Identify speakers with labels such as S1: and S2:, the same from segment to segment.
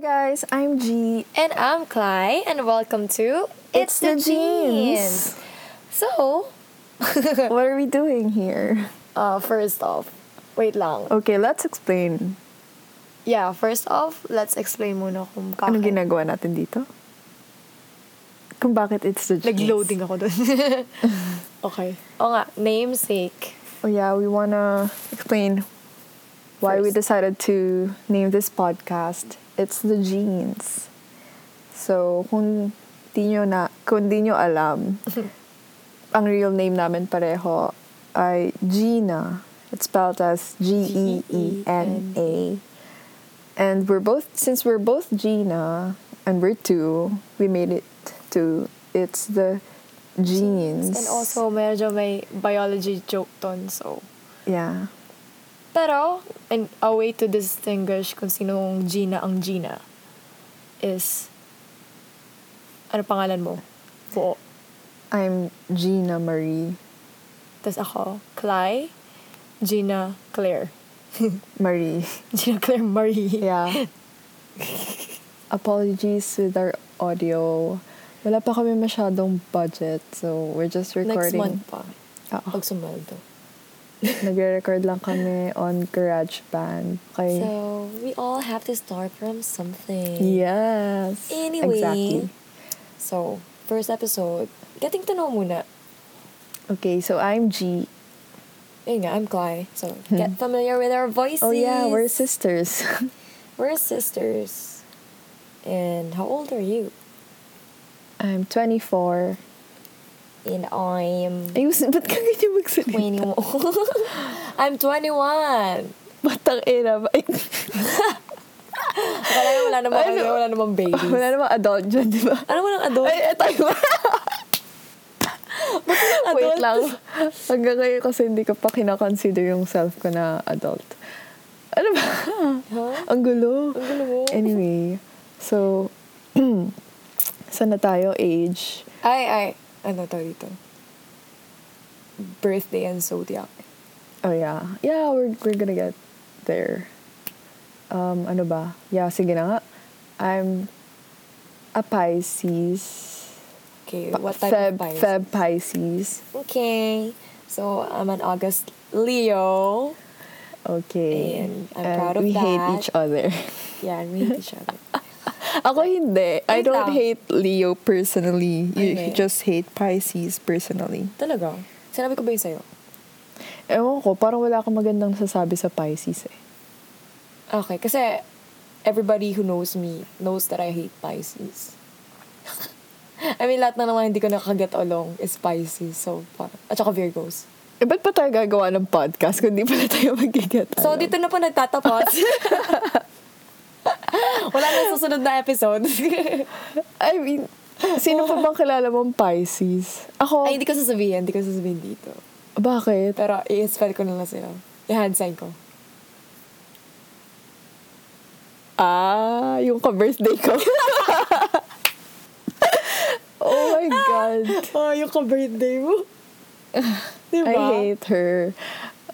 S1: guys, I'm G.
S2: And I'm Cly, and welcome to It's, the, Jeans. So,
S1: what are we doing here?
S2: uh, first off, wait lang.
S1: Okay, let's explain.
S2: Yeah, first off, let's explain muna kung bakit.
S1: Anong ginagawa natin dito? Kung bakit it's the jeans.
S2: Nag-loading ako doon. okay. O nga, namesake.
S1: Oh yeah, we wanna explain why we
S2: First.
S1: decided to name this podcast It's the Jeans. So, kung di nyo, na, kung di nyo alam, ang real name namin pareho ay Gina. It's spelled as E G-E-E-N-A. And we're both, since we're both Gina and we're two, we made it to It's the Jeans.
S2: And also, medyo may biology joke doon, so.
S1: yeah.
S2: Pero, and a way to distinguish kung sinong Gina ang Gina is, ano pangalan mo? Buo.
S1: I'm Gina Marie.
S2: Tapos ako, Cly, Gina Claire.
S1: Marie.
S2: Gina Claire Marie.
S1: Yeah. Apologies with our audio. Wala pa kami masyadong budget, so we're just
S2: Next month
S1: recording. Oh.
S2: pa.
S1: Oo.
S2: Pag sumaldo.
S1: Nagre-record lang kami on GarageBand. Okay.
S3: So we all have to start from something.
S1: yes.
S3: Anyway.
S1: Exactly.
S3: So first episode, getting to know muna.
S1: Okay, so I'm G.
S3: Yun nga, I'm Cly. So get familiar with our voices.
S1: Hmm. Oh yeah, we're sisters.
S3: We're sisters. And how old are you?
S1: I'm 24.
S3: And I'm
S1: Ayusin, ba't ka ganyan magsalita?
S3: 21. I'm 21.
S1: Batang ina ba? Ay,
S3: Akala ko wala namang, ano, wala namang baby.
S1: Wala namang adult dyan, di ba?
S3: Ano mo ng adult?
S1: Ay, eto yun. Wait lang. Hanggang ngayon kasi hindi ko pa kinakonsider yung self ko na adult. Ano ba? Ang gulo.
S3: Ang gulo mo.
S1: Anyway, so, saan na tayo? Age.
S3: Ay, ay. Ano tawag dito? Birthday and zodiac.
S1: Oh, yeah. Yeah, we're, we're gonna get there. Um, ano ba? Yeah, sige na nga. I'm a Pisces.
S3: Okay,
S1: Pa-
S3: what type
S1: Feb,
S3: of Pisces?
S1: Feb Pisces.
S3: Okay. So I'm an August Leo.
S1: Okay.
S3: And I'm proud of
S1: we hate
S3: that.
S1: each other.
S3: Yeah, and we hate each other.
S1: Ako hindi. I
S3: Wait
S1: don't
S3: lang.
S1: hate Leo personally. You
S3: Okay.
S1: just hate Pisces personally.
S3: Talaga? Sinabi ko ba yun sa'yo?
S1: Ewan ko, parang wala akong magandang nasasabi sa Pisces eh.
S3: Okay, kasi everybody who knows me knows that I hate Pisces. I mean, lahat na naman hindi ko nakaka-get along is Pisces. So, parang, at saka Virgos.
S1: Eh, ba't pa tayo gagawa ng podcast kung di pala tayo magiget?
S3: So, dito na po nagtatapos. Wala na susunod na episode.
S1: I mean, sino pa bang kilala mong Pisces? Ako,
S3: Ay, hindi ko sasabihin. Hindi ko sasabihin dito.
S1: bakit?
S3: Pero, i-spell ko na lang sila. I-hand sign ko.
S1: Ah, yung ka-birthday ko. oh my God.
S3: Oh, yung ka-birthday mo. diba?
S1: I hate her.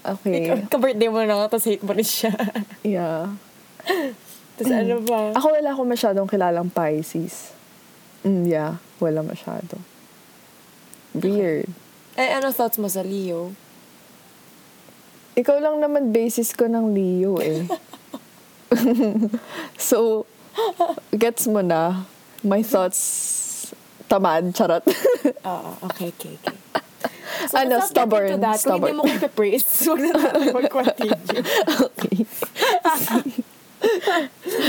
S1: Okay,
S3: Ikaw, Ka-birthday mo na nga, tapos hate mo rin siya.
S1: yeah.
S3: tapos ano ba?
S1: Ako wala akong masyadong kilalang Pisces. Mm, yeah, wala masyado. Weird.
S3: Eh, ano thoughts mo sa Leo?
S1: Ikaw lang naman basis ko ng Leo eh. so, gets mo na. My thoughts, tamad, charot.
S3: Oo, Ah, okay, okay, okay.
S1: ano,
S3: let's not get
S1: stubborn,
S3: into that. Kung
S1: stubborn.
S3: hindi mo ko ipapraise, huwag na natin mag-continue.
S1: Okay.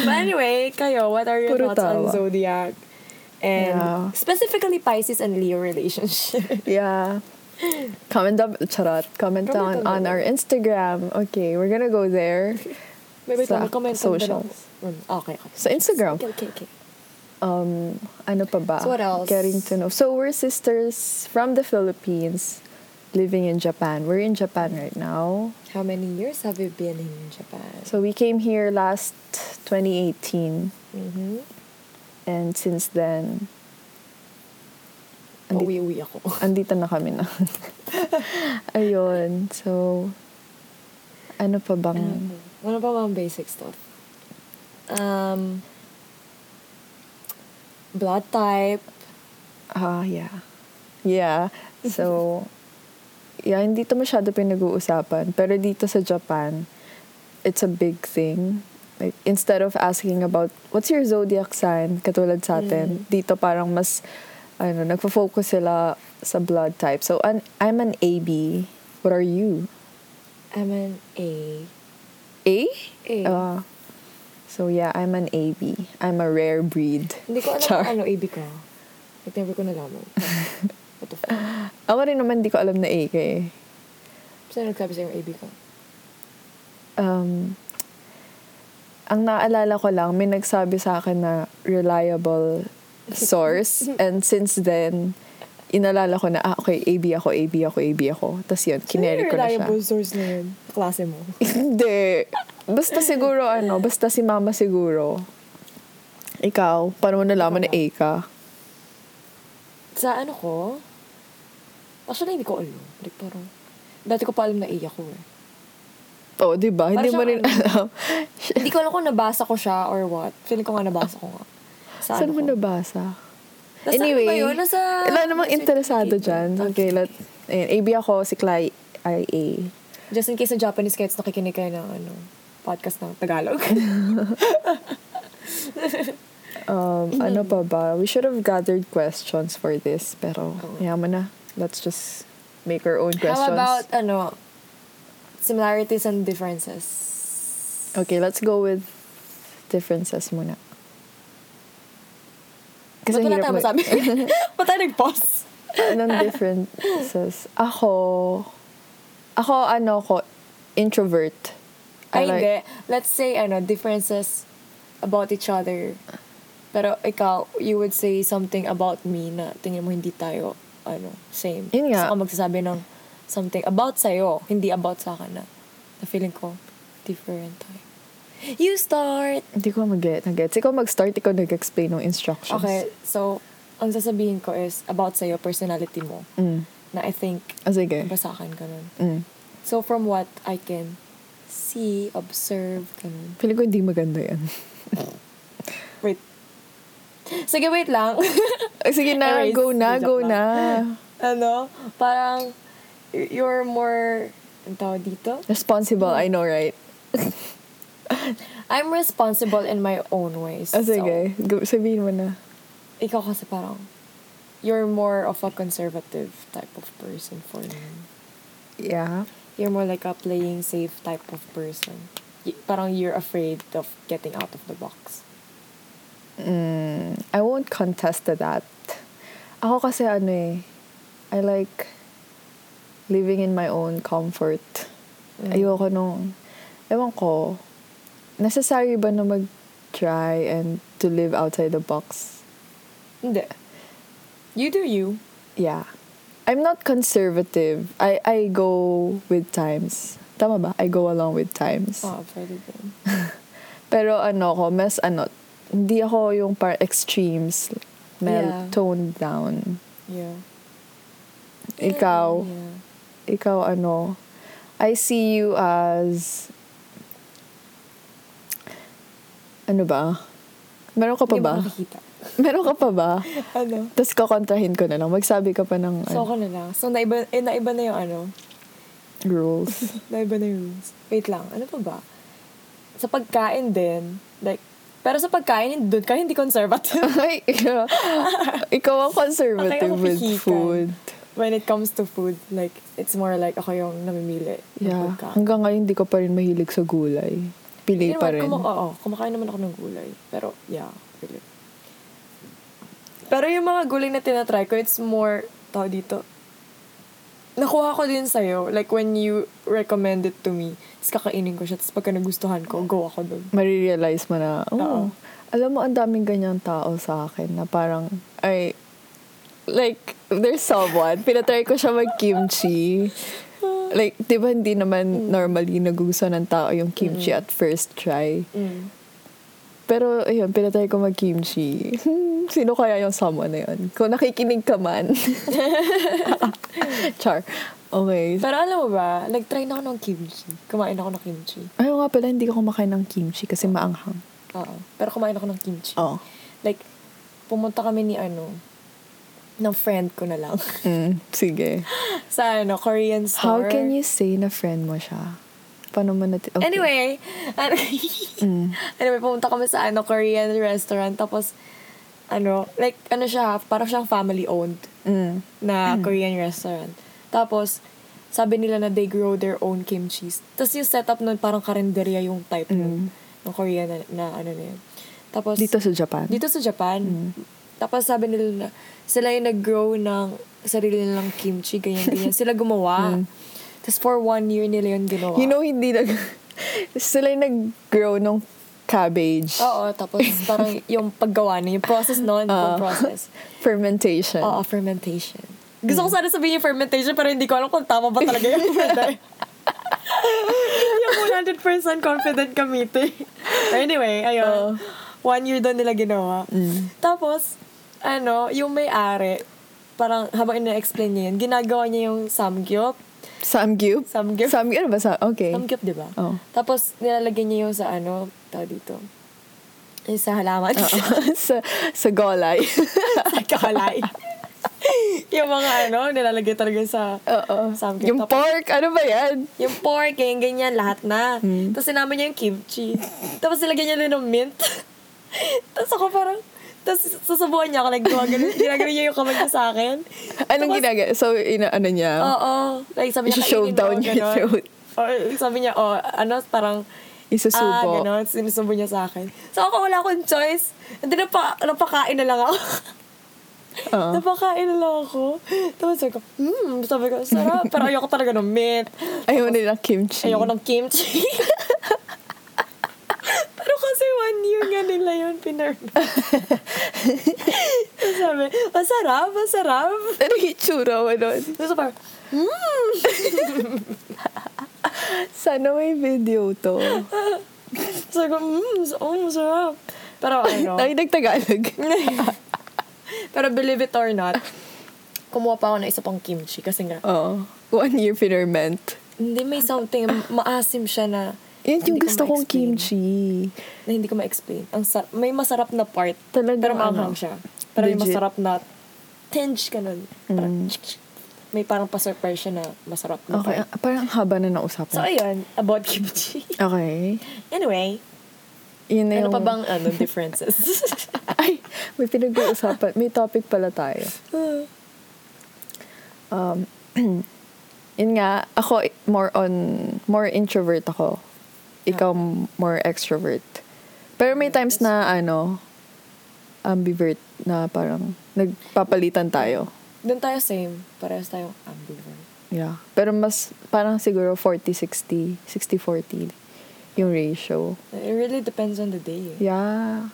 S3: But anyway, kayo, what are your
S1: Puro
S3: thoughts
S1: tawa.
S3: on Zodiac? And
S1: Yeah.
S3: specifically Pisces and Leo relationship.
S1: Yeah. Comment down, charot. Comment
S3: Comment
S1: down
S3: down
S1: on
S3: below.
S1: our Instagram. Okay, we're gonna go there.
S3: May may
S1: Sa
S3: comment
S1: socials.
S3: Mm, Okay, okay.
S1: Sa Instagram.
S3: Okay, okay, okay.
S1: um, ano pa ba?
S3: So what else?
S1: Getting to know. So we're sisters from the Philippines living in Japan. We're in Japan right now.
S3: How many years have you been in Japan?
S1: So we came here last 2018
S3: Mm-hmm.
S1: and since then andi-
S3: Pauwi-uwi ako.
S1: andito na kami na. Ayun. So ano pa bang
S3: Ano ba mga basic stuff? Um, blood type.
S1: Ah, yeah. Yeah. So, yeah, hindi to masyado pinag-uusapan. Pero dito sa Japan, it's a big thing. Like, instead of asking about, what's your zodiac sign, katulad sa atin,
S3: Mm.
S1: dito parang mas, ano, nagfo-focus sila sa blood type. So, an, I'm an AB. What are you?
S3: I'm an A.
S1: A?
S3: A.
S1: Ah. so, yeah, I'm an AB. I'm a rare breed.
S3: Hindi ko alam
S1: Char.
S3: kung ano AB ko. Like, never ko nalaman. What the fuck?
S1: Ako rin naman, di ko alam na A ka eh.
S3: Saan nagsabi sa'yo yung AB ko?
S1: um, ang naalala ko lang, may nagsabi sa akin na reliable source.
S3: Mm-hmm.
S1: And since then, inalala ko na, ah, okay, AB ako, AB ako, AB ako. Tapos yun, kinerik ko na siya.
S3: reliable source na yun. Klase mo.
S1: Hindi. Basta siguro, ano, basta si mama siguro. Ikaw, paano mo nalaman na
S3: Diba?
S1: A ka?
S3: Sa ano ko? Actually, hindi ko alam. Like, parang, dati ko pa alam na A ako eh.
S1: Oo, oh, di ba? Hindi mo
S3: siyang
S1: rin alam.
S3: ano. hindi ko alam kung nabasa ko siya or what. Feeling ko nga nabasa ko nga. Sa
S1: Saan
S3: ano
S1: mo
S3: ko.
S1: nabasa?
S3: Nasa
S1: anyway,
S3: ano ba yun? Nasa...
S1: wala namang
S3: nasa
S1: interesado
S3: certificate
S1: dyan.
S3: ba?
S1: Okay, let, ayun, AB ako, si Clay, ay A.
S3: Just in case sa Japanese kids nakikinig kayo ng ano, podcast ng Tagalog.
S1: Um,
S3: Mm-hmm.
S1: Ano pa ba? We should have gathered questions for this, pero
S3: Oo.
S1: yaman na. Let's just make our own questions.
S3: Oh. How about, ano, similarities and differences?
S1: Okay, let's go with differences muna. Kasi
S3: Ba't wala
S1: hirap
S3: tayo
S1: mag-
S3: masabi? Ba't tayo nag-pause?
S1: Anong differences? Ako, ako ano ko, introvert. I
S3: Ay,
S1: like-
S3: hindi. Let's say, ano, differences about each other. Pero ikaw, you would say something about me na tingin mo hindi tayo, ano, same.
S1: Yun nga.
S3: Saka magsasabi ng something about sa'yo, hindi about sa akin na. Na feeling ko, different tayo. You start!
S1: Hindi ko mag-get, nag-gets. Ikaw mag-start, ikaw nag-explain ng instructions.
S3: Okay, so, ang sasabihin ko is about sa'yo, personality mo.
S1: Mm.
S3: Na I think,
S1: Ah, sige.
S3: iba sa akin, ganun.
S1: Mm.
S3: So, from what I can see, observe, ganun.
S1: Feeling ko hindi maganda yan.
S3: Wait. Sige, wait lang.
S1: Ay, Ah, Sige na,
S3: Anyways,
S1: go na,
S3: joke
S1: go
S3: lang.
S1: na.
S3: ano? Parang, y- you're more, ang tawag dito?
S1: Responsible, I know, right?
S3: I'm responsible in my own ways.
S1: Ah, sige. Go, sabihin mo na.
S3: So, ikaw kasi parang, you're more of a conservative type of person for me.
S1: Yeah.
S3: You're more like a playing safe type of person. Y- parang you're afraid of getting out of the box.
S1: Mm, I won't contest to that. Ako kasi ano eh, I like living in my own comfort. Ayoko nung, ewan ko, necessary ba na mag-try and to live outside the box?
S3: Hindi. You do you.
S1: Yeah. I'm not conservative. I, I go with times. Tama ba? I go along with times.
S3: Ah, pwede din.
S1: Pero ano ko, mas ano, hindi ako yung par extremes. Mel,
S3: Yeah.
S1: toned down.
S3: Yeah.
S1: Ikaw,
S3: Yeah.
S1: ikaw ano, I see you as, ano ba? Meron ka pa
S3: Hindi mo
S1: ba?
S3: nakikita.
S1: Meron ka pa ba?
S3: Ano?
S1: Tapos kakontrahin ko na lang. Magsabi ka pa ng ano,
S3: So, ako na lang. So, naiba, eh, naiba na yung ano.
S1: rules.
S3: Naiba na yung rules. Wait lang, ano pa ba? Sa pagkain din, like, pero sa pagkain, doon ka hindi conservative
S1: Ay, ikaw- ikaw ang
S3: Okay,
S1: conservative
S3: ako
S1: with
S3: pihikan.
S1: food.
S3: when it comes to food. Like, it's more like ako yung namimili ng
S1: Yeah.
S3: pagkain.
S1: Hanggang ngayon, hindi ko pa rin mahilig sa gulay. Pili
S3: You know
S1: pa
S3: what,
S1: rin.
S3: kumaka- oo, kumakain naman ako ng gulay. Pero, yeah, really. Pero yung mga gulay na tinatry ko, it's more, tao dito, nakuha ko din sa'yo. Like, when you recommend it to me, tapos kakainin ko siya, tapos pagka nagustuhan ko, go ako doon.
S1: Marirealize mo na, oh,
S3: Oo.
S1: alam mo, ang daming ganyang tao sa akin na parang, ay, like, there's someone, pinatry ko siya mag-kimchi. Like, di ba hindi naman normally nagugusto ng tao yung kimchi at first try? Pero, ayun, pinatay ko mag-kimchi. Hmm, sino kaya yung someone na yun? Kung nakikinig ka man. Char. Okay.
S3: Pero alam mo ba, nag-try na ako ng kimchi. Kumain ako ng kimchi.
S1: Ayun nga pala, hindi ko kumakain ng kimchi kasi maanghang. Oh.
S3: Oo. Pero kumain ako ng kimchi.
S1: Oo.
S3: Like, pumunta kami ni ano, ng friend ko na lang.
S1: Mm, sige.
S3: sa ano, Korean
S1: How
S3: store.
S1: can you say na friend mo siya? Paano mo natin? Okay. Mm.
S3: Anyway, ano, anyway, pumunta kami sa ano, Korean restaurant. Tapos, ano, like, ano siya, parang siyang family-owned
S1: Mm.
S3: na Korean restaurant. Tapos, sabi nila na they grow their own kimchi. Tapos yung setup nun, parang karinderya yung type nun, ng Korean na, na ano na yun. Tapos,
S1: Mm. Dito sa Japan? Mm.
S3: dito sa Japan. Tapos sabi nila na, sila yung nag-grow ng sarili nilang kimchi, ganyan-ganyan. Sila gumawa. Tapos for one year nila yun ginawa.
S1: Mm. You know, hindi nag... Sila yung nag-grow nung cabbage.
S3: Oo, tapos parang yung paggawa na, yung process nun,
S1: Ah.
S3: yung process.
S1: Fermentation.
S3: Oo, fermentation. Mm. Gusto ko sana sabihin yung fermentation, pero hindi ko alam kung tama ba talaga yung fermentation. hindi ako 100% confident kamite. But anyway, ayun. one year doon nila ginawa. Tapos, ano, yung may-ari, parang habang ina-explain niya yun, ginagawa niya yung samgyup.
S1: Samgyup?
S3: Samgyup.
S1: Samgyup, ano ba? Sa, okay.
S3: Samgyup, di ba?
S1: Oo.
S3: Tapos, nilalagay niya yung sa ano, tawag dito, yung sa halaman.
S1: sa, sa golay.
S3: Kakalay. yung mga ano, nilalagay talaga sa
S1: Oo.
S3: samgyup.
S1: Yung
S3: Tapos,
S1: pork, ano ba yan?
S3: Yung pork, ganyan, ganyan, lahat na.
S1: Hmm.
S3: Tapos sinama niya yung kimchi. Tapos nilagyan niya rin ng mint. tapos ako parang, tapos susubuan niya ako, like, gumagano, ginagano niya yung kamay niya sa akin.
S1: Anong
S3: Tapos- Oh.
S1: ginagawa? So, inaano niya?
S3: Oo. Like, sabi niya,
S1: Isi-shove
S3: "Kainin mo,"
S1: down your
S3: ganon.
S1: throat.
S3: Oo, sabi niya, oh, ano, parang, Ah,
S1: Isusubo.
S3: gano'n. Sinusubo niya sa akin. So ako wala akong choice. Hindi, napa, napakain na lang ako.
S1: Oo.
S3: napakain na lang ako. Tapos sabi ko, hmm, sabi ko, sarap. Pero ayoko talaga ng mint.
S1: Ayaw nila kimchi.
S3: Ayoko ng kimchi. Pero kasi one year nga nila yun pinarn. Tapos sabi, masarap, masarap.
S1: Ano yung itsura mo nun?
S3: Tapos parang,
S1: Sana may video to.
S3: sabi ko, hmm, oh, masarap. Pero ano.
S1: Ay, nagtagalog.
S3: Pero believe it or not, kumuha pa ako ng isa pang kimchi kasi nga,
S1: Oo. One year ferment.
S3: hindi may something, maasim siya na,
S1: Yan yung
S3: Hindi ko
S1: gusto kong
S3: ma-explain.
S1: kimchi.
S3: na hindi ko ma-explain. Ang sar- may masarap na part,
S1: Talagang
S3: pero maanghang
S1: ano,
S3: siya. Pero may
S1: legit. Mm.
S3: masarap na tinge ka nun. Parang tsk, tsk. May parang pa-surprise siya na masarap na
S1: Okay,
S3: part.
S1: ah, parang haba na
S3: So,
S1: nausapan.
S3: ayun, about kimchi.
S1: Okay.
S3: Anyway,
S1: Yun na
S3: ano
S1: yung...
S3: pa bang ano, differences?
S1: Ay, may pinag-uusapan. May topic pala tayo. Um, yun nga, ako more on, more introvert ako. Ikaw
S3: Ah.
S1: more extrovert. Pero may times na ano, ambivert na parang nagpapalitan tayo.
S3: Doon tayo same. Parehas tayong ambivert.
S1: Yeah. Pero mas parang siguro 40-60, 60-40 yung ratio.
S3: It really depends on the day. eh.
S1: Yeah.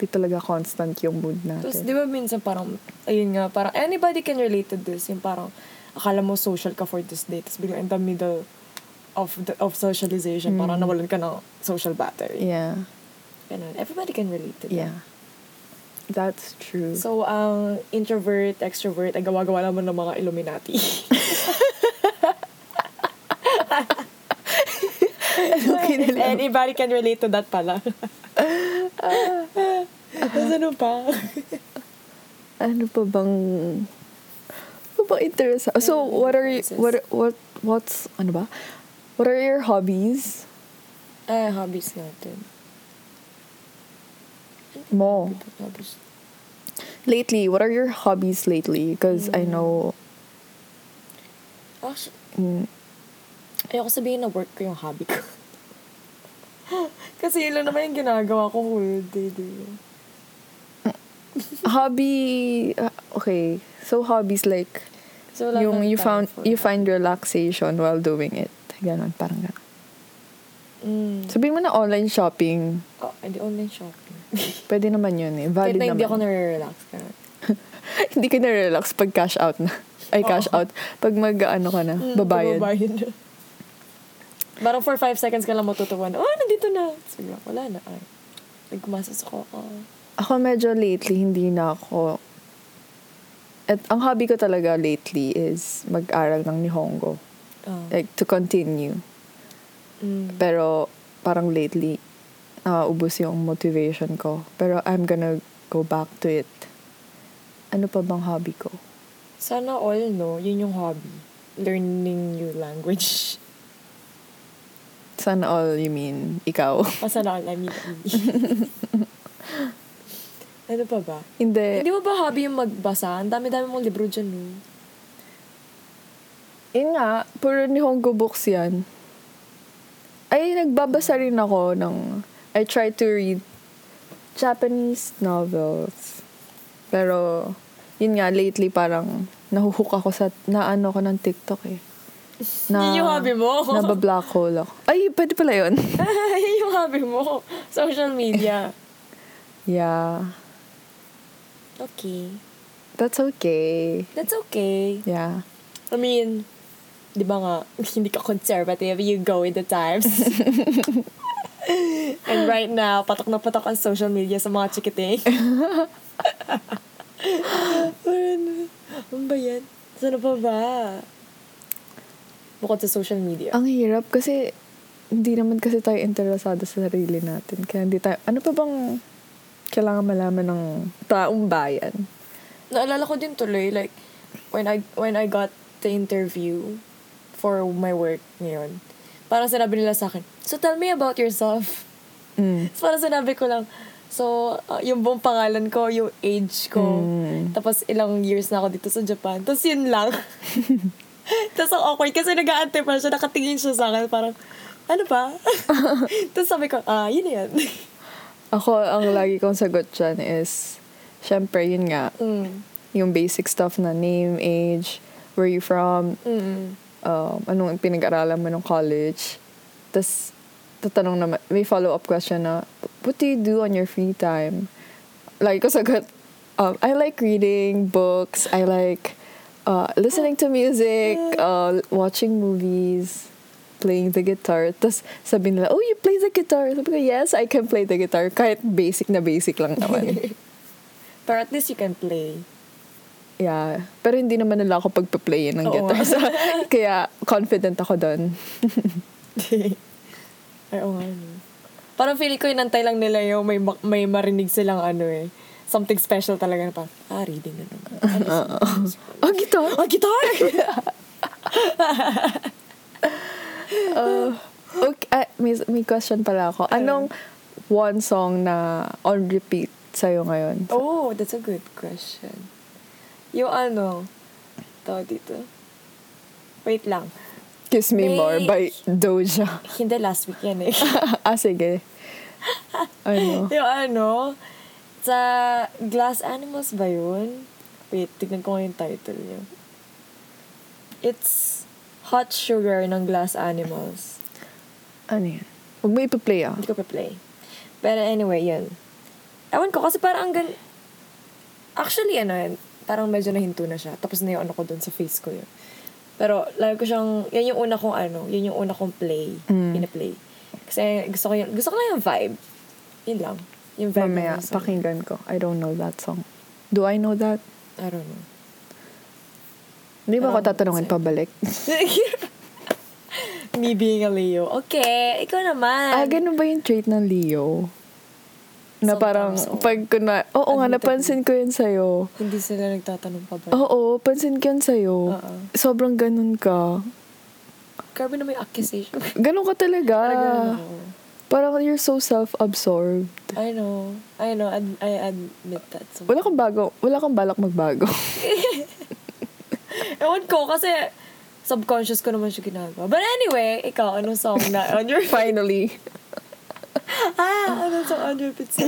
S1: Di talaga constant yung mood natin.
S3: Tapos, di ba minsan parang, ayun nga, parang anybody can relate to this. Yung parang, akala mo social ka for this day, tapos biglang in the middle of the, of socialization, parang nawalan ka ng social battery.
S1: yeah.
S3: Ganun. Everybody can relate to that.
S1: Yeah. That's true.
S3: So, ang introvert, extrovert, ay gawa-gawa naman ng mga Illuminati. If anybody can relate to that pala. Tapos ano pa?
S1: ano pa bang ano pa interest? So what are you, what what what's ano ba? What are your hobbies?
S3: Ay, hobbies natin.
S1: Mo.
S3: Hobbies.
S1: Lately, what are your hobbies lately? Because I
S3: Mm.
S1: know
S3: Actually,
S1: mm,
S3: Ayoko sabihin na work ko yung hobby ko. Kasi yun lang naman yung ginagawa ko whole day, di ba?
S1: hobby uh, okay. So hobbies like
S3: So, wala
S1: yung
S3: nang
S1: you
S3: time
S1: found
S3: for
S1: you
S3: that.
S1: find relaxation while doing it. Ganon, parang ganon.
S3: Mm.
S1: Sabihin mo na online shopping,
S3: Oh, hindi online shopping.
S1: pwede naman yun eh. Valid
S3: Kahit na
S1: naman.
S3: hindi ako nare-relax. ganun.
S1: hindi ka na-relax pag cash out na. Ay, cash out. Pag mag-ano ka na,
S3: Mm,
S1: babayad.
S3: Babayad. Parang for five seconds ka lang matutuwa na, oh, nandito na. Sige, wala na. Ay. Nagkumasas ako. Oh.
S1: Ako medyo lately, hindi na ako... At ang hobby ko talaga lately is mag-aral ng Nihongo.
S3: Oh.
S1: Like, to continue.
S3: Mm.
S1: Pero parang lately, nauubos yung motivation ko. Pero I'm gonna go back to it. Ano pa bang hobby ko?
S3: Sana all, no? Yun yung hobby. Learning new language.
S1: Sana all you mean ikaw.
S3: O sana all, I mean, Ano pa ba?
S1: Hindi.
S3: Hindi mo ba hobby yung magbasa? Ang dami-dami mong libro dyan, no?
S1: Yun nga, puro Nihongo books yan. Ay, nagbabasa rin ako ng... I try to read Japanese novels. Pero, yun nga, lately parang nahuhook ako sa... Naano ko ng TikTok eh.
S3: Yun yung hobby mo.
S1: Nabablack hole ako. Ay, pwede pala yun.
S3: Yun yung hobby mo. Social media.
S1: yeah.
S3: Okay.
S1: That's okay.
S3: That's okay.
S1: Yeah.
S3: I mean, di ba nga, hindi ka conservative, you go with the times. And right now, patok na patok ang social media sa mga chikiting. Ano? Ano ba yan? Saan pa ba? Bukod sa social media.
S1: Ang hirap kasi hindi naman kasi tayo interesado sa sarili natin. Kaya hindi tayo, ano pa bang kailangan malaman ng taong bayan?
S3: Naalala ko din tuloy, like, when I, when I got the interview for my work ngayon, parang sinabi nila sa akin, so tell me about yourself.
S1: Mm.
S3: So, parang sinabi ko lang, so, uh, yung buong pangalan ko, yung age ko,
S1: Mm.
S3: tapos ilang years na ako dito sa Japan, tapos yun lang. tapos ang awkward kasi nag-aante pa siya, nakatingin siya sa akin, parang, ano pa? tapos sabi ko, ah, yun na yan.
S1: Ako, ang lagi kong sagot dyan is, syempre, yun nga,
S3: mm.
S1: yung basic stuff na name, age, where you from,
S3: Mm-mm.
S1: um, anong pinag-aralan mo nung college. Tapos, tatanong naman, may follow-up question na, what do you do on your free time? Lagi ko sagot, um, I like reading books, I like uh, listening to music, uh, watching movies, playing the guitar. Tapos sabi nila, oh, you play the guitar? Sabi ko, yes, I can play the guitar. Kahit basic na basic lang naman.
S3: Pero at least you can play.
S1: yeah. Pero hindi naman nila ako pagpa-play ng
S3: Oo
S1: guitar.
S3: nga.
S1: So, kaya confident ako doon.
S3: Ay, oo nga. no. Parang feeling ko inantay lang nila yung may, ma- may marinig silang ano eh. Something special talaga na parang, ah, reading na naman.
S1: Oh, guitar?
S3: Ah, guitar!
S1: Okay, ah, may, may question pala ako. Anong one song na on repeat sa'yo ngayon?
S3: Oh, that's a good question. Yung ano, tawag dito. Wait lang.
S1: Kiss Me
S3: May-
S1: More by Doja.
S3: Hindi, last week yan eh.
S1: ah, sige. Ano?
S3: yung ano, sa Glass Animals ba yun? Wait, tignan ko nga yung title niya. It's Hot Sugar ng Glass Animals.
S1: Ano yan? Huwag mo ipa-play ah.
S3: Hindi ko pa-play. Pero anyway, yun. Ewan ko, kasi parang ang gan... Actually, ano yun, parang medyo nahinto na siya. Tapos na yung ano ko dun sa face ko yun. Pero lagi ko siyang, yan yung una kong ano, yun yung una kong play,
S1: Mm.
S3: pinaplay. Kasi gusto ko yung, gusto ko lang yung vibe. Yun lang. Yung vibe
S1: Mamaya,
S3: ng song.
S1: pakinggan ko. I don't know that song. Do I know that?
S3: I don't know.
S1: Hindi ba ako
S3: Parang-
S1: tatanungin pabalik?
S3: Me being a Leo. Okay, ikaw naman.
S1: ah, ganun ba yung trait ng Leo? Na parang,
S3: Sometimes, oo.
S1: pag kuna, oo nga,
S3: Admittedly.
S1: napansin ko yun sa'yo.
S3: Hindi sila nagtatanong pa ba?
S1: Oo, pansin ko yun sa'yo.
S3: Mm. Oo.
S1: Sobrang ganun ka.
S3: Grabe na may accusation.
S1: Ganun ka talaga.
S3: Parang ganun ako.
S1: Parang you're so self-absorbed.
S3: I know. I know. Ad- I admit that. So,
S1: Wala kang bago, wala kang balak magbago.
S3: Ewan ko kasi subconscious ko naman siya ginagawa. But anyway, ikaw, anong song na on your...
S1: Finally.
S3: ah, anong song on your pizza?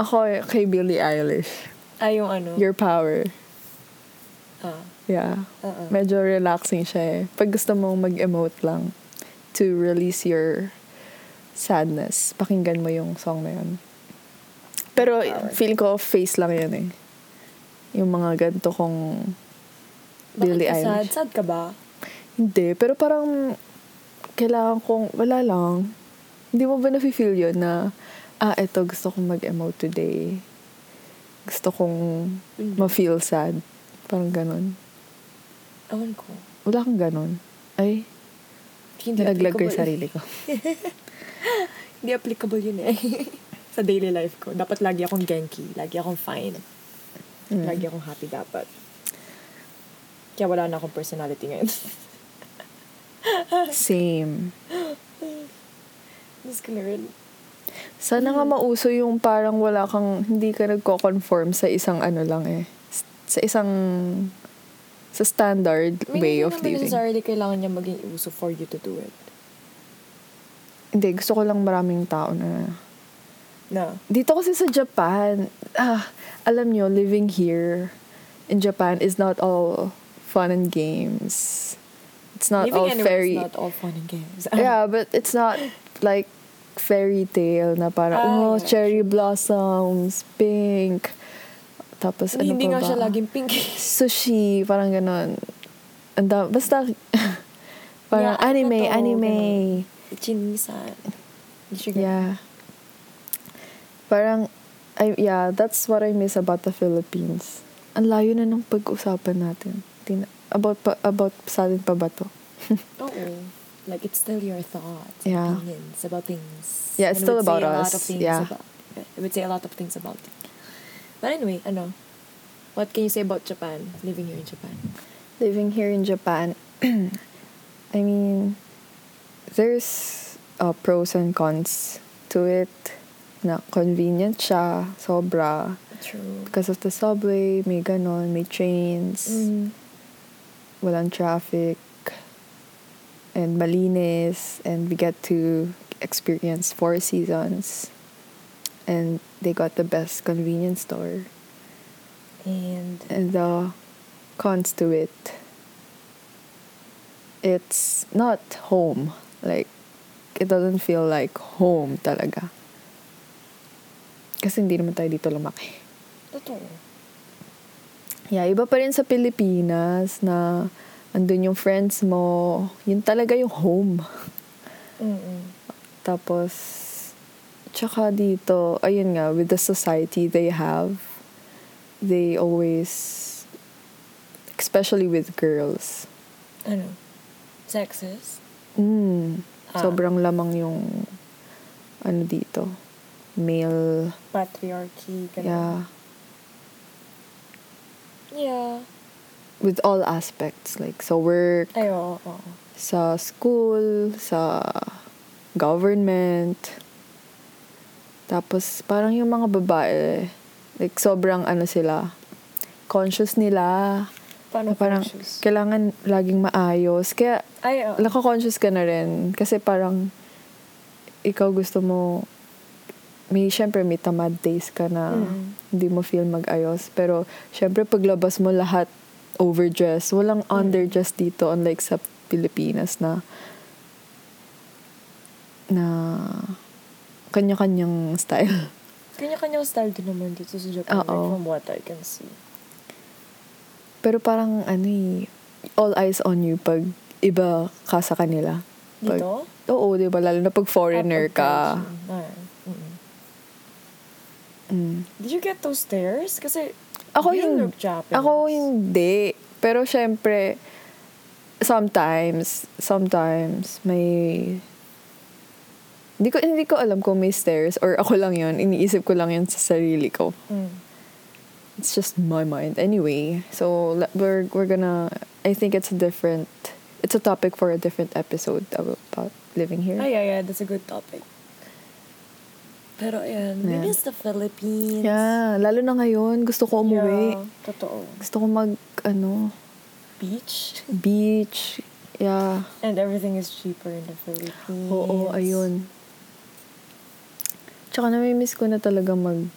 S1: Ako eh, kay Billie Eilish.
S3: ah, yung ano?
S1: Your power.
S3: Ah,
S1: Yeah.
S3: oo.
S1: Medyo relaxing siya eh. Pag gusto mong mag-emote lang to release your sadness, pakinggan mo yung song na yun. Pero feel ko face lang yun eh. Yung mga ganito kong
S3: Bakit
S1: Billie
S3: ka sad?
S1: Eilish.
S3: Sad ka ba?
S1: Hindi, pero parang kailangan kong, wala lang. Hindi mo ba nafe-feel yun na, ah, eto, gusto kong mag-emote today. Gusto kong
S3: Mm.
S1: ma-feel sad. Parang ganun.
S3: Ewan ko.
S1: Wala kang ganun. Ay,
S3: Hindi
S1: nalaglag ko
S3: applicable.
S1: yung sarili ko.
S3: Hindi applicable yun eh. sa daily life ko. Dapat lagi akong genki, lagi akong fine,
S1: Mm.
S3: lagi akong happy dapat. Kaya wala na akong personality ngayon.
S1: Same.
S3: Just gonna read.
S1: Sana nga mauso yung parang wala kang, hindi ka nagko-conform sa isang ano lang eh. S- Sa isang, sa standard way of
S3: Hindi naman
S1: living.
S3: necessarily kailangan niya maging uso for you to do it.
S1: Hindi, gusto ko lang maraming tao na.
S3: No.
S1: Dito kasi sa Japan, ah, alam nyo, living here in Japan is not all fun and games. It's not all
S3: anywhere
S1: fairy.
S3: is not all fun and games. Um,
S1: Yeah, but it's not like fairy tale na parang,
S3: Ah,
S1: oh,
S3: yeah.
S1: cherry blossoms, pink. Tapos ano
S3: hindi
S1: pa
S3: nga
S1: ba?
S3: siya laging pink. eh.
S1: Sushi, parang ganun. Anda, basta, parang
S3: Yeah, ano
S1: anime,
S3: to,
S1: anime.
S3: Chinisa. Hindi siya ganun.
S1: Yeah. Parang, I, yeah, that's what I miss about the Philippines. Ang layo na ng pag-usapan natin. Tina- about, pa, about sa atin pa ba to?
S3: Oo. Like, it's still your thoughts,
S1: Yeah.
S3: opinions about things.
S1: Yeah, it's
S3: And it
S1: still
S3: would say
S1: about
S3: a lot
S1: us.
S3: of things
S1: Yeah.
S3: about- it would say a lot of things about it. But anyway, ano? What can you say about Japan? Living here in Japan?
S1: living here in Japan, I mean, there's uh, pros and cons to it. Na convenient siya, sobra.
S3: True.
S1: Because of the subway, may ganon, may trains,
S3: Mm.
S1: walang traffic, and malinis, and we get to experience four seasons. And they got the best convenience store.
S3: And,
S1: and the cons to it. It's not home. Like, it doesn't feel like home talaga. Kasi hindi naman tayo dito lumaki.
S3: totoo.
S1: Yeah, iba pa rin sa Pilipinas na andun yung friends mo. Yun talaga yung home.
S3: Mm-mm.
S1: Tapos, tsaka dito, ayun nga, with the society they have, they always, especially with girls,
S3: Ano? Sexist?
S1: mm,
S3: Ah.
S1: sobrang lamang yung, ano dito, male,
S3: Patriarchy?
S1: yeah,
S3: Ganun. Yeah.
S1: with all aspects, like sa work,
S3: Ay, oo, oo.
S1: sa school, sa government. Tapos parang yung mga babae, like sobrang ano sila, conscious nila. Na
S3: Paano
S1: parang
S3: Ano conscious?
S1: kailangan laging maayos. Kaya
S3: Ay, oh, oo.
S1: nako-conscious ka na rin kasi parang ikaw gusto mo may syempre may tamad days ka na
S3: Mm.
S1: hindi mo feel mag-ayos pero syempre paglabas mo lahat overdress walang underdress dito unlike sa Pilipinas na na kanya-kanyang style
S3: Kanya-kanyang style din naman dito sa Japan.
S1: Oo.
S3: Like, from what I can see.
S1: pero parang ano eh, all eyes on you pag iba ka sa kanila Pag-
S3: Dito?
S1: oo di ba lalo na pag foreigner ka
S3: Ah, mm-mm.
S1: Mm.
S3: Did you get those stairs? Kasi
S1: Ako
S3: you
S1: hin-
S3: look Japanese.
S1: Ako hindi. Pero syempre, sometimes, sometimes, may... Hindi ko, hindi ko alam kung may stairs or ako lang yun. Iniisip ko lang yun sa sarili ko.
S3: Mm.
S1: It's just my mind. Anyway, so le- we're, we're gonna... I think it's a different... It's a topic for a different episode about living here.
S3: Ah, yeah, yeah. That's a good topic. Pero ayan, we
S1: Yeah.
S3: miss the Philippines.
S1: Yeah, lalo na ngayon. Gusto ko umuwi.
S3: Yeah, totoo.
S1: Gusto ko mag, ano,
S3: Beach.
S1: beach. Yeah.
S3: And everything is cheaper in the Philippines.
S1: Oo, ayun. Tsaka namimiss ko na talaga mag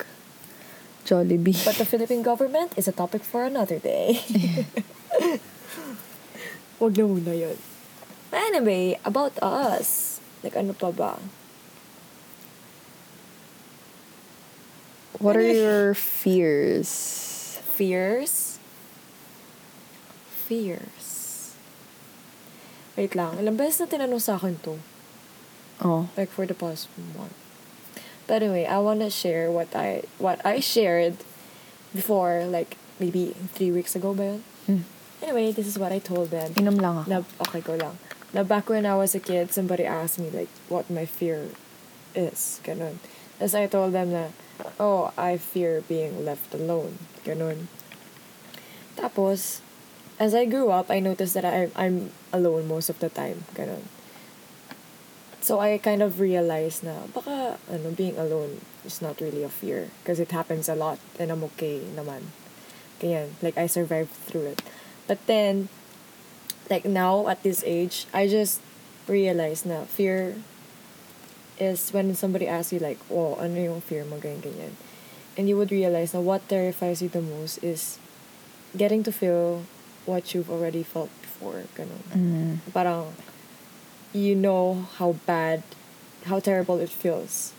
S1: Jollibee.
S3: But the Philippine government is a topic for another day. Huwag na muna yun. But anyway, about us. Like, ano pa ba?
S1: What are your fears?
S3: Fears? Fears. Wait lang. Ilang beses na tinanong sa akin to.
S1: Oh.
S3: Like, for the past month. But anyway, I wanna share what I, what I shared before, like, maybe three weeks ago ba yun?
S1: Mm.
S3: Anyway, this is what I told them.
S1: Inom lang ako.
S3: Na, okay, go lang. Na back when I was a kid, somebody asked me, like, what my fear is. Ganun. Tapos I told them na, oh, I fear being left alone. Ganun. Tapos, as I grew up, I noticed that I, I'm alone most of the time. Ganun. So I kind of realized na baka ano, being alone is not really a fear because it happens a lot and I'm okay naman. Ganyan. Like, I survived through it. But then, like now at this age, I just realized na fear is when somebody asks you like, oh, ano yung fear mo, ganyan, ganyan. And you would realize that what terrifies you the most is getting to feel what you've already felt before. Ganun.
S1: Mm-hmm. Hmm.
S3: Parang, you know how bad, how terrible it feels.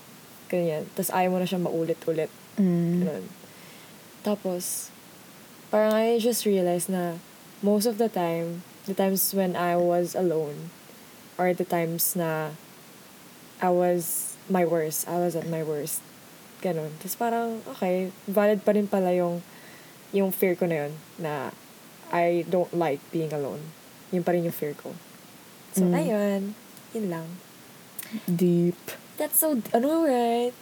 S3: Ganyan. Tapos ayaw mo na siya maulit-ulit.
S1: Hmm.
S3: Ganun. Mm. Tapos, parang I just realized na most of the time, the times when I was alone, or the times na I was my worst, I was at my worst. Ganon. Tapos parang, okay, valid pa rin pala yung, yung fear ko na yun, na I don't like being alone. Yun pa rin yung fear ko. So, ayun. Yun lang.
S1: Deep.
S3: That's so, ano right?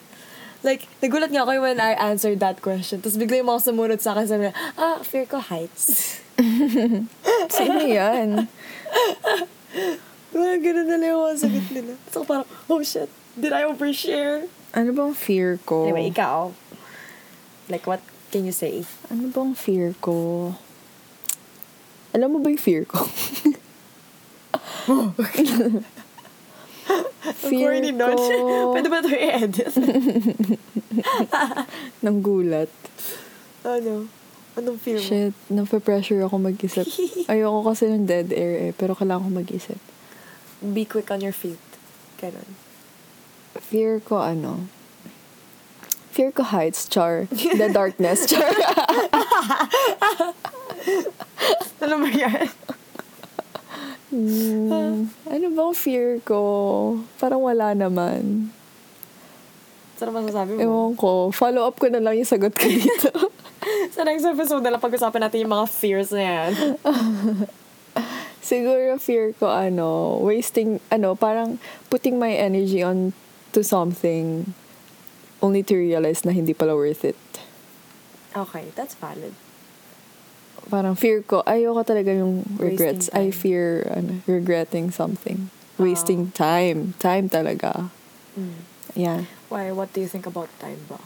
S3: Like, nagulat nga ako when I answered that question. Tapos bigla yung mga sumunod sa akin sabi na, ah, fear ko heights.
S1: Sino yan?
S3: Mga ganun na lang yung mga sagot nila. So parang, oh shit, did I overshare?
S1: Ano bang fear ko?
S3: Anyway, ikaw. Like, what can you say?
S1: Ano bang fear ko? Alam mo ba yung fear ko? fear
S3: Corny nun.
S1: ko
S3: Pwede ba ito i-edit?
S1: ng gulat.
S3: ano? Anong fear mo?
S1: Shit, nape-pressure ako mag-isip. Ayoko kasi ng dead air eh, pero kailangan ko mag-isip.
S3: Be quick on your feet. Ganun.
S1: Fear ko ano? Fear ko heights, char. The darkness, char.
S3: Ano ba yan?
S1: Hmm, ano bang fear ko? Parang wala naman.
S3: Saan ang masasabi mo?
S1: Ewan ko. Follow up ko na lang yung sagot ko dito.
S3: Sa next episode na lang pag-usapan natin yung mga fears na yan.
S1: Siguro fear ko ano, wasting, ano, parang putting my energy on to something only to realize na hindi pala worth it.
S3: Okay, that's valid.
S1: Parang fear ko, ayoko talaga yung
S3: Wasting
S1: regrets. I
S3: time.
S1: fear ano, regretting something. Wasting time. Time talaga. Mm. Yeah.
S3: Why, what do you think about time ba?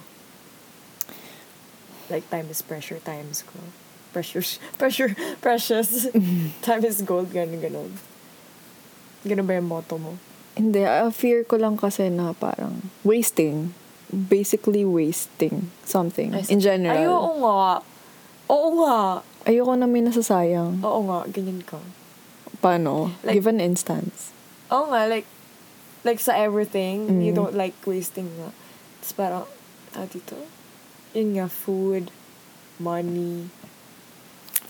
S3: Like, time is pressure, time is gold. Precious, pressure, precious. time is gold, ganun, ganun. Ganun ba yung motto mo?
S1: Hindi, ah, fear ko lang kasi na parang wasting. Basically wasting something in general.
S3: Ay, oo nga. Oo nga.
S1: Ayoko na may nasasayang.
S3: Oo nga, ganyan ka.
S1: Paano?
S3: Like-
S1: Give an instance.
S3: Oo nga, like, like sa everything,
S1: Mm-hmm.
S3: you don't like wasting nga. Tapos parang, ah, dito? Yun nga, food, money.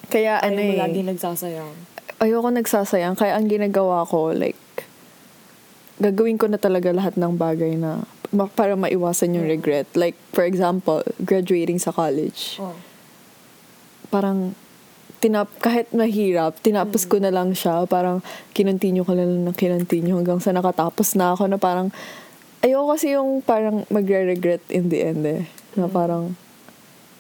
S1: Kaya ano
S3: Ano
S1: eh,
S3: lagi nagsasayang.
S1: ayoko nagsasayang. Kaya ang ginagawa ko, like, gagawin ko na talaga lahat ng bagay na ma- para maiwasan yung regret. Like, for example, graduating sa college.
S3: Oh.
S1: Parang, tinap kahit mahirap, tinapos ko na lang siya. Parang, kinontinue ko na lang ng kinontinue hanggang sa nakatapos na ako na parang, ayoko kasi yung parang magre-regret in the end eh. Na parang,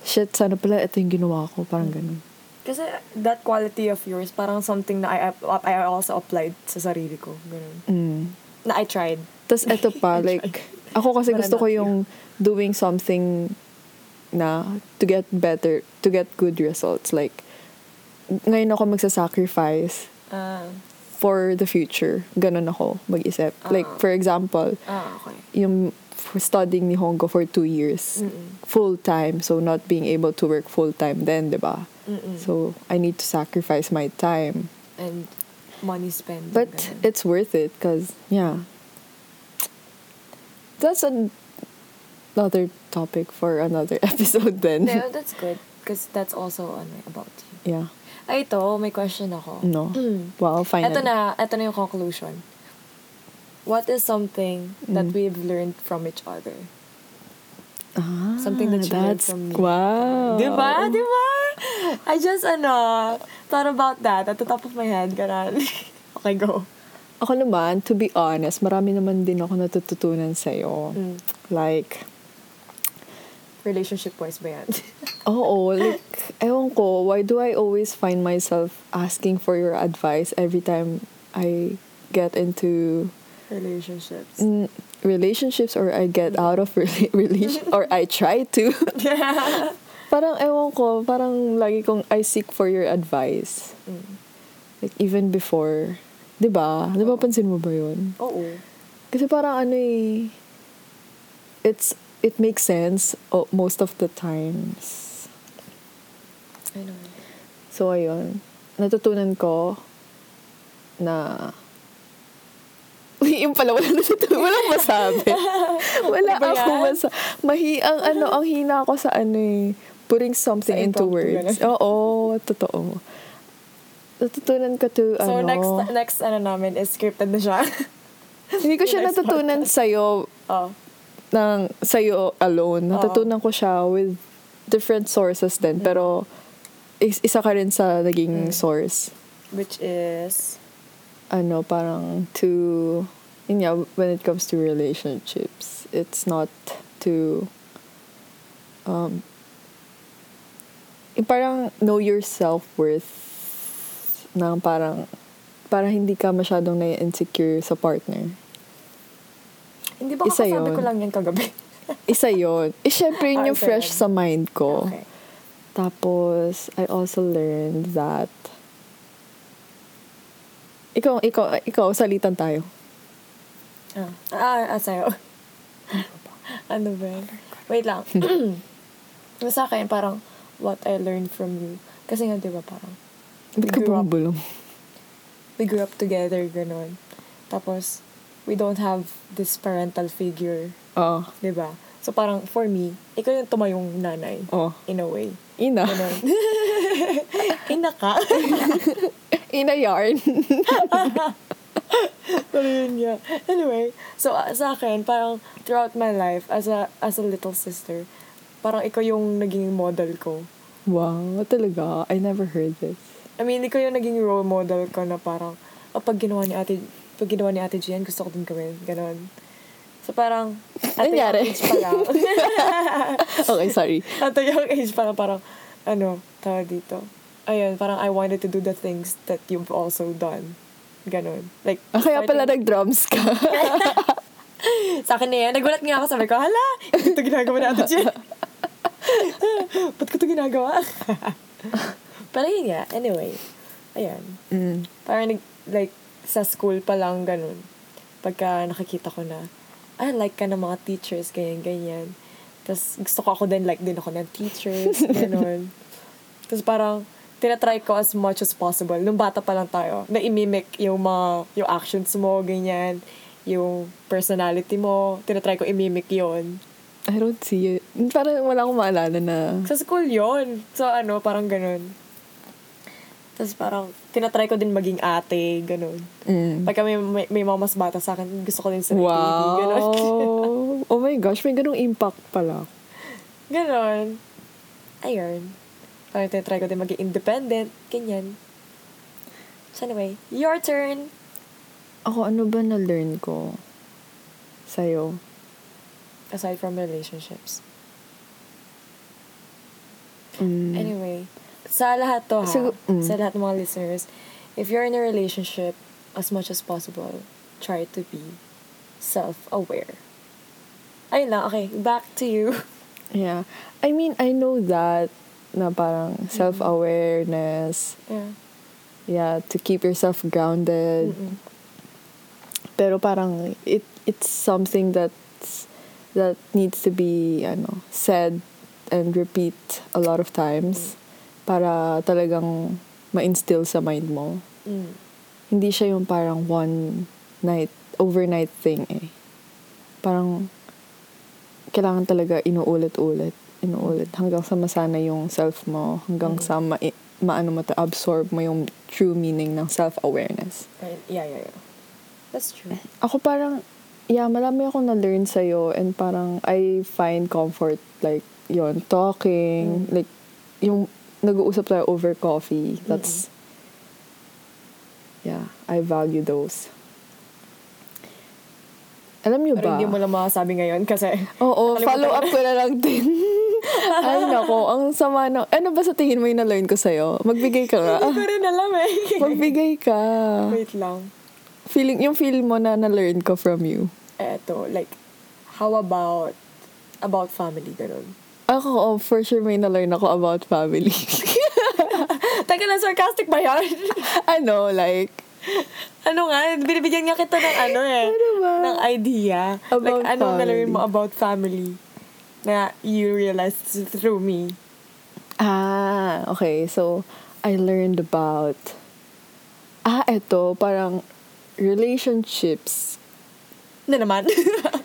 S1: shit, sana pala ito yung ginawa ko. Parang ganun.
S3: Kasi that quality of yours, parang something na I, I also applied sa sarili ko. Ganun.
S1: Mm.
S3: Na I tried.
S1: Tapos eto pa, like, ako kasi
S3: Para
S1: gusto ko
S3: not
S1: yung doing something na to get better, to get good results. Like, ngayon ako magsasacrifice
S3: Ah,
S1: for the future. Ganun ako mag-isip. Like, for example,
S3: ah okay.
S1: yung f- studying ni Hongo for two years, full-time, so not being able to work full-time then, di ba? So, I need to sacrifice my time.
S3: And money spending.
S1: But
S3: ganun.
S1: it's worth it because, yeah. That's an- another topic for another episode then.
S3: no, that's good. Because that's also ano, about you.
S1: yeah.
S3: Ay, ito, may question ako.
S1: No. Well, finally.
S3: Ito na, ito na yung conclusion. What is something
S1: Mm.
S3: that we've learned from each other?
S1: Ah,
S3: Something that you learned
S1: that's,
S3: from me.
S1: Wow.
S3: Di ba? Di ba? I just, ano, thought about that at the top of my head. Ganun. okay, go. Mm.
S1: Ako naman, to be honest, marami naman din ako natututunan sa'yo. Like,
S3: Relationship-wise ba yan?
S1: Oo, like, ewan ko, why do I always find myself asking for your advice every time I get into
S3: Relationships.
S1: mm, relationships or I get out of rela- relation or I try to. parang ewan ko, parang lagi kong I seek for your advice. Like even before, 'di ba? 'Di ba pansin mo ba 'yon?
S3: Oo.
S1: Kasi parang ano eh, it's it makes sense oh, most of the times.
S3: I know.
S1: So, ayun. Natutunan ko na... Uy, yung pala, wala natutunan. Walang masabi. Wala
S3: Ano ba
S1: ako
S3: yan?
S1: masa... Mahi, ang ano, ang hina ko sa ano eh. Putting something
S3: Sa
S1: into
S3: impromptu,
S1: words. Oo, totoo. Natutunan ko to,
S3: So,
S1: ano...
S3: next, next ano namin is scripted na siya.
S1: hindi ko siya
S3: next
S1: natutunan sa'yo
S3: oh.
S1: ng, sa'yo alone.
S3: Oo. Mm-hmm.
S1: Natutunan ko siya with different sources din. Pero, is- isa ka rin sa naging source.
S3: Which is...
S1: ano, parang to, yun nga, when it comes to relationships, it's not to, um, yung parang know your self-worth na parang, parang hindi ka masyadong na-insecure sa partner.
S3: Hindi ba
S1: Isa
S3: kasabi
S1: yun.
S3: ko lang yan kagabi?
S1: Isa yon Eh, syempre yun
S3: Ah,
S1: yung
S3: isa
S1: fresh
S3: yun.
S1: sa mind ko.
S3: Okay.
S1: Tapos, I also learned that, ikaw, ikaw, ikaw, salitan tayo.
S3: Ah, ah, ah sa'yo. ano ba? yun? Wait lang. Yung sa akin, parang, what I learned from you. Kasi nga, di ba, parang,
S1: Ba't ka
S3: Grew up.
S1: bumubulong?
S3: we grew up together, ganun. Tapos, we don't have this parental figure,
S1: Oo.
S3: di ba? So, parang, for me, ikaw yung tumayong nanay,
S1: Oh,
S3: in a way.
S1: ina.
S3: Ganun. Ina ka?
S1: Ina yarn.
S3: Pero yun nga. Anyway, so uh, sa akin, parang throughout my life, as a, as a little sister, parang ikaw yung naging model ko.
S1: wow, talaga. I never heard this.
S3: I mean, ikaw yung naging role model ko na parang, oh, pag ginawa ni ate, pag ginawa ni ate Gian, gusto ko din gawin. Ganon. So parang, at yung
S1: Nangyari.
S3: age pa lang,
S1: Okay, sorry.
S3: at yung age pa lang, parang, ano, tawag dito. Ayun, parang I wanted to do the things that you've also done. Ganon. Like,
S1: Ah, kaya pala
S3: starting-
S1: nag-drums ka.
S3: Sa akin na yan. Nagulat nga ako. Sabi ko, hala, ito ginagawa ni Ate Jen. Ba't ko ito ginagawa? Pero yun nga. Anyway. Ayan.
S1: Mm.
S3: Parang nag, like, sa school pa lang ganun. Pagka nakikita ko na, ah, like ka ng mga teachers, ganyan, ganyan. Tapos gusto ko ako din, like din ako ng teachers, ganun. Tapos parang, tinatry ko as much as possible. Nung bata pa lang tayo, na imimic yung mga, yung actions mo, ganyan. Yung personality mo, tinatry ko imimic yon
S1: I don't see it. Parang wala akong maalala na.
S3: sa school yon So, ano, parang ganun. Tapos parang, tinatry ko din maging ate, ganun.
S1: Mm.
S3: Pagka may, may, may mga mas bata sa akin, gusto ko din sila i-baby, ganun.
S1: Wow. oh my gosh, may ganong impact pala.
S3: ganun. Ayun. Parang tinatry ko din maging independent, ganyan. So anyway, your turn.
S1: Ako, ano ba na-learn ko sa'yo?
S3: Aside from relationships.
S1: Mm.
S3: Anyway, sa lahat to ha,
S1: Sigu- mm.
S3: sa lahat ng mga listeners, if you're in a relationship, as much as possible, try to be self-aware. Ayun lang, okay, back to you.
S1: Yeah. I mean, I know that na parang self-awareness.
S3: Yeah.
S1: Yeah, to keep yourself grounded.
S3: Mm-mm.
S1: pero parang it it's something that's that needs to be ano said and repeat a lot of times para talagang ma-instill sa mind mo.
S3: Mm.
S1: Hindi siya yung parang one night overnight thing eh. Parang kailangan talaga inuulit-ulit, inuulit hanggang sa masana yung self mo, hanggang sa ma- maano mo to absorb mo yung true meaning ng self-awareness
S3: Right. Yeah, yeah, yeah. That's true.
S1: ako parang, yeah, marami akong na-learn sa'yo and parang I find comfort like, yon
S3: Mm.
S1: talking, like, yung nag-uusap tayo over coffee. That's, yeah, I value those. Alam niyo ba?
S3: Pero hindi mo lang masasabi ngayon kasi
S1: Oo,
S3: Nakalimutan
S1: follow
S3: ko
S1: up ko na lang din. Ay, nako. Ang sama na. Ano ba sa tingin mo yung na-learn ko sa'yo? Magbigay ka nga.
S3: Hindi ko rin alam eh.
S1: Magbigay ka.
S3: Wait lang.
S1: Feeling, yung feel mo na na-learn ko from you.
S3: Eto, like, how about, about family, ganun.
S1: Ako, oh, for sure may na-learn ako about family.
S3: Teka lang, sarcastic ba yan?
S1: ano, like,
S3: ano nga, binibigyan nga kita ng ano eh.
S1: Ano ba?
S3: Ng idea.
S1: About
S3: like, anong na-learn
S1: family.
S3: mo about family na you realized through me?
S1: Ah, okay. So, I learned about... Ah, eto, parang relationships.
S3: Na naman.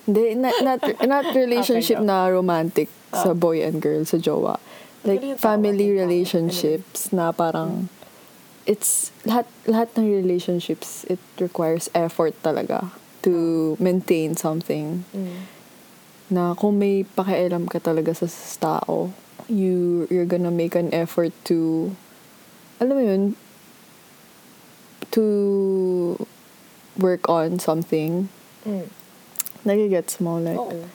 S1: Hindi, not, not, not relationship
S3: Okay, go.
S1: na romantic sa
S3: Ah.
S1: boy and girl, sa jowa. Like,
S3: Ano yung tawag?
S1: family
S3: Ano yung tawag? Hmm.
S1: relationships na parang... It's... Lahat, lahat ng relationships, it requires effort talaga to maintain something
S3: Mm.
S1: na kung may pakialam ka talaga sa s- tao, you, you're gonna make an effort to, alam mo yun, to work on something.
S3: Mm.
S1: Nagigets mo, like,
S3: Oo. Oh.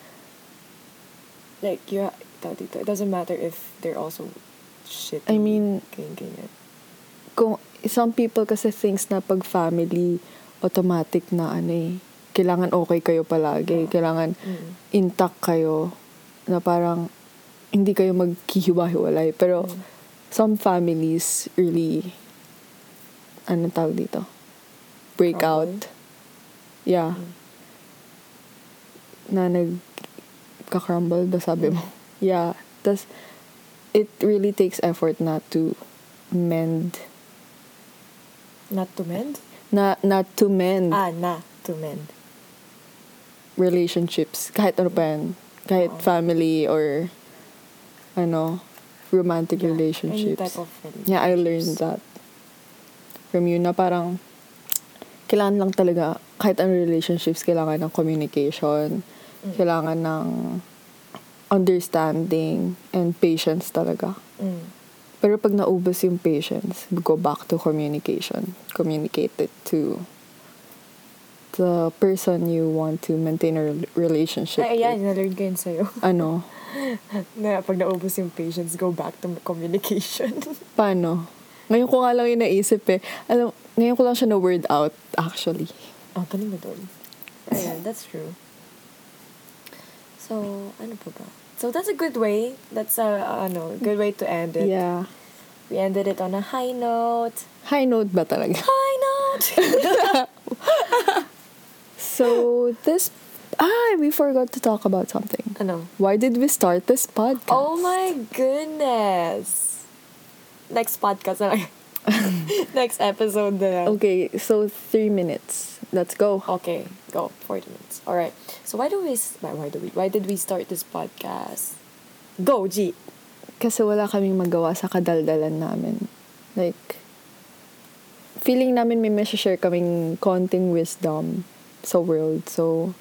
S3: Like, you ha- tawag dito, it doesn't matter if they're also shit.
S1: I mean-
S3: ganyan, ganyan.
S1: kung some people kasi thinks na pag family, automatic na ano eh, kailangan okay kayo palagi, kailangan
S3: Mm.
S1: intact kayo, na parang hindi kayo magkihiwa-hiwalay. Pero some families really, ano tawag dito? Break out.
S3: Crumble?
S1: Yeah. Na nagka-crumble ba sabi mo? Yeah. Tas, it really takes effort not to mend
S3: Not to mend?
S1: na not to mend
S3: Ah, na to mend.
S1: relationships kahit ano pa yan kahit
S3: Oo.
S1: family or ano romantic
S3: Yeah, Any
S1: relationships
S3: type of relationships.
S1: yeah I learned that from you na parang kailangan lang talaga kahit ang relationships kailangan ng communication
S3: Mm.
S1: kailangan ng understanding and patience talaga
S3: Mm.
S1: pero pag naubos yung patience, go back to communication. Communicate it to the person you want to maintain a rel- relationship
S3: Ay, ayan,
S1: with.
S3: na-learn ko yun sa'yo.
S1: Ano?
S3: na pag naubos yung patience, go back to communication.
S1: Paano? Ngayon ko nga lang yung naisip eh. Alam, ngayon ko lang siya na-word out, actually.
S3: ah, galing mo doon. Ayan, that's true. So, ano pa ba? So, that's a good way. That's a, ano, good way to end it.
S1: Yeah.
S3: We ended it on a high note.
S1: High note ba talaga?
S3: High note!
S1: So, this... Ah, we forgot to talk about something.
S3: ano?
S1: Why did we start this podcast?
S3: Oh my goodness! Next podcast na lang. Next episode na lang.
S1: Okay, so three minutes. Let's go.
S3: Okay, go. 40 minutes. All right. So why do we s- why, why do we why did we start this podcast? Go, G.
S1: kasi wala kaming magawa sa kadaldalan namin. Like, feeling namin may share kaming konting wisdom sa world. So,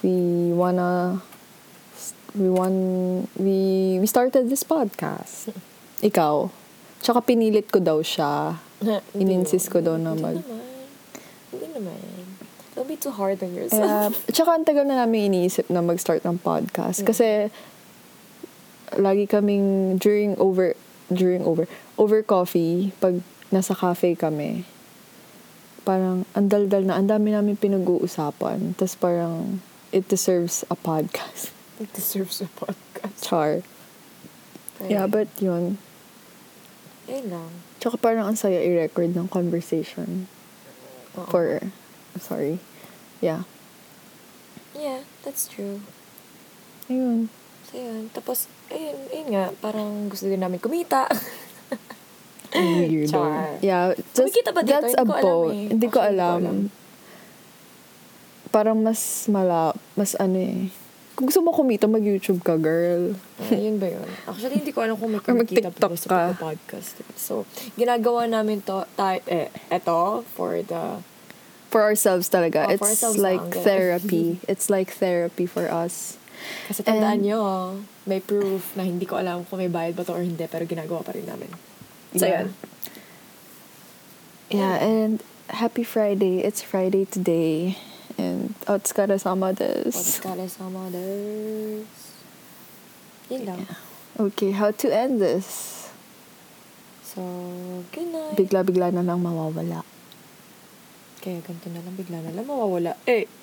S1: we wanna, we want, we, we started this podcast. Ikaw. Tsaka pinilit ko daw siya. Ininsist ko daw na mag-
S3: Hindi naman. Hindi naman. Don't be too hard on
S1: Uh,
S3: yourself.
S1: tsaka ang tagal na namin iniisip na mag-start ng podcast. Kasi, lagi kaming during over, during over, over coffee, pag nasa cafe kami, parang ang daldal na, ang dami namin pinag-uusapan. Tapos parang, it deserves a podcast.
S3: It deserves a podcast.
S1: Char.
S3: Mm.
S1: Yeah, but yun.
S3: Ayun lang.
S1: Tsaka parang ang saya i-record ng conversation.
S3: Oo.
S1: For, sorry. Yeah.
S3: Yeah, that's true.
S1: Ayun.
S3: So, yun. Tapos, ayun, ayun nga. Parang gusto din namin kumita.
S1: Ang weirdo.
S3: Char.
S1: Yeah, just,
S3: Kumikita ba dito?
S1: that's
S3: Hindi
S1: a
S3: ko alam
S1: boat.
S3: eh.
S1: Hindi ko
S3: Actually, hindi ko
S1: alam. Parang mas mala, mas ano eh. Kung gusto mo kumita, mag-YouTube ka, girl.
S3: Ayun ba Oh, yun? Actually, hindi ko alam kung may
S1: Or
S3: kumikita
S1: mag-TikTok
S3: pa ba sa
S1: ka.
S3: podcast. So, ginagawa namin to, tayo, eh, eto, for the
S1: For ourselves talaga.
S3: Oh,
S1: It's
S3: for ourselves
S1: like
S3: lang, girl.
S1: therapy. It's like therapy for us.
S3: Kasi tandaan
S1: And-
S3: nyo, may proof na hindi ko alam kung may bayad ba to or hindi, pero ginagawa pa rin namin. So,
S1: Yeah.
S3: yun.
S1: Yeah, and happy Friday. It's Friday today. And otsukaresama desu.
S3: What's kare sa mothers? Yun lang.
S1: Yeah. Okay, how to end this?
S3: So, good night.
S1: Bigla-bigla na lang mawawala.
S3: Kaya ganito na lang, bigla na lang mawawala. Eh,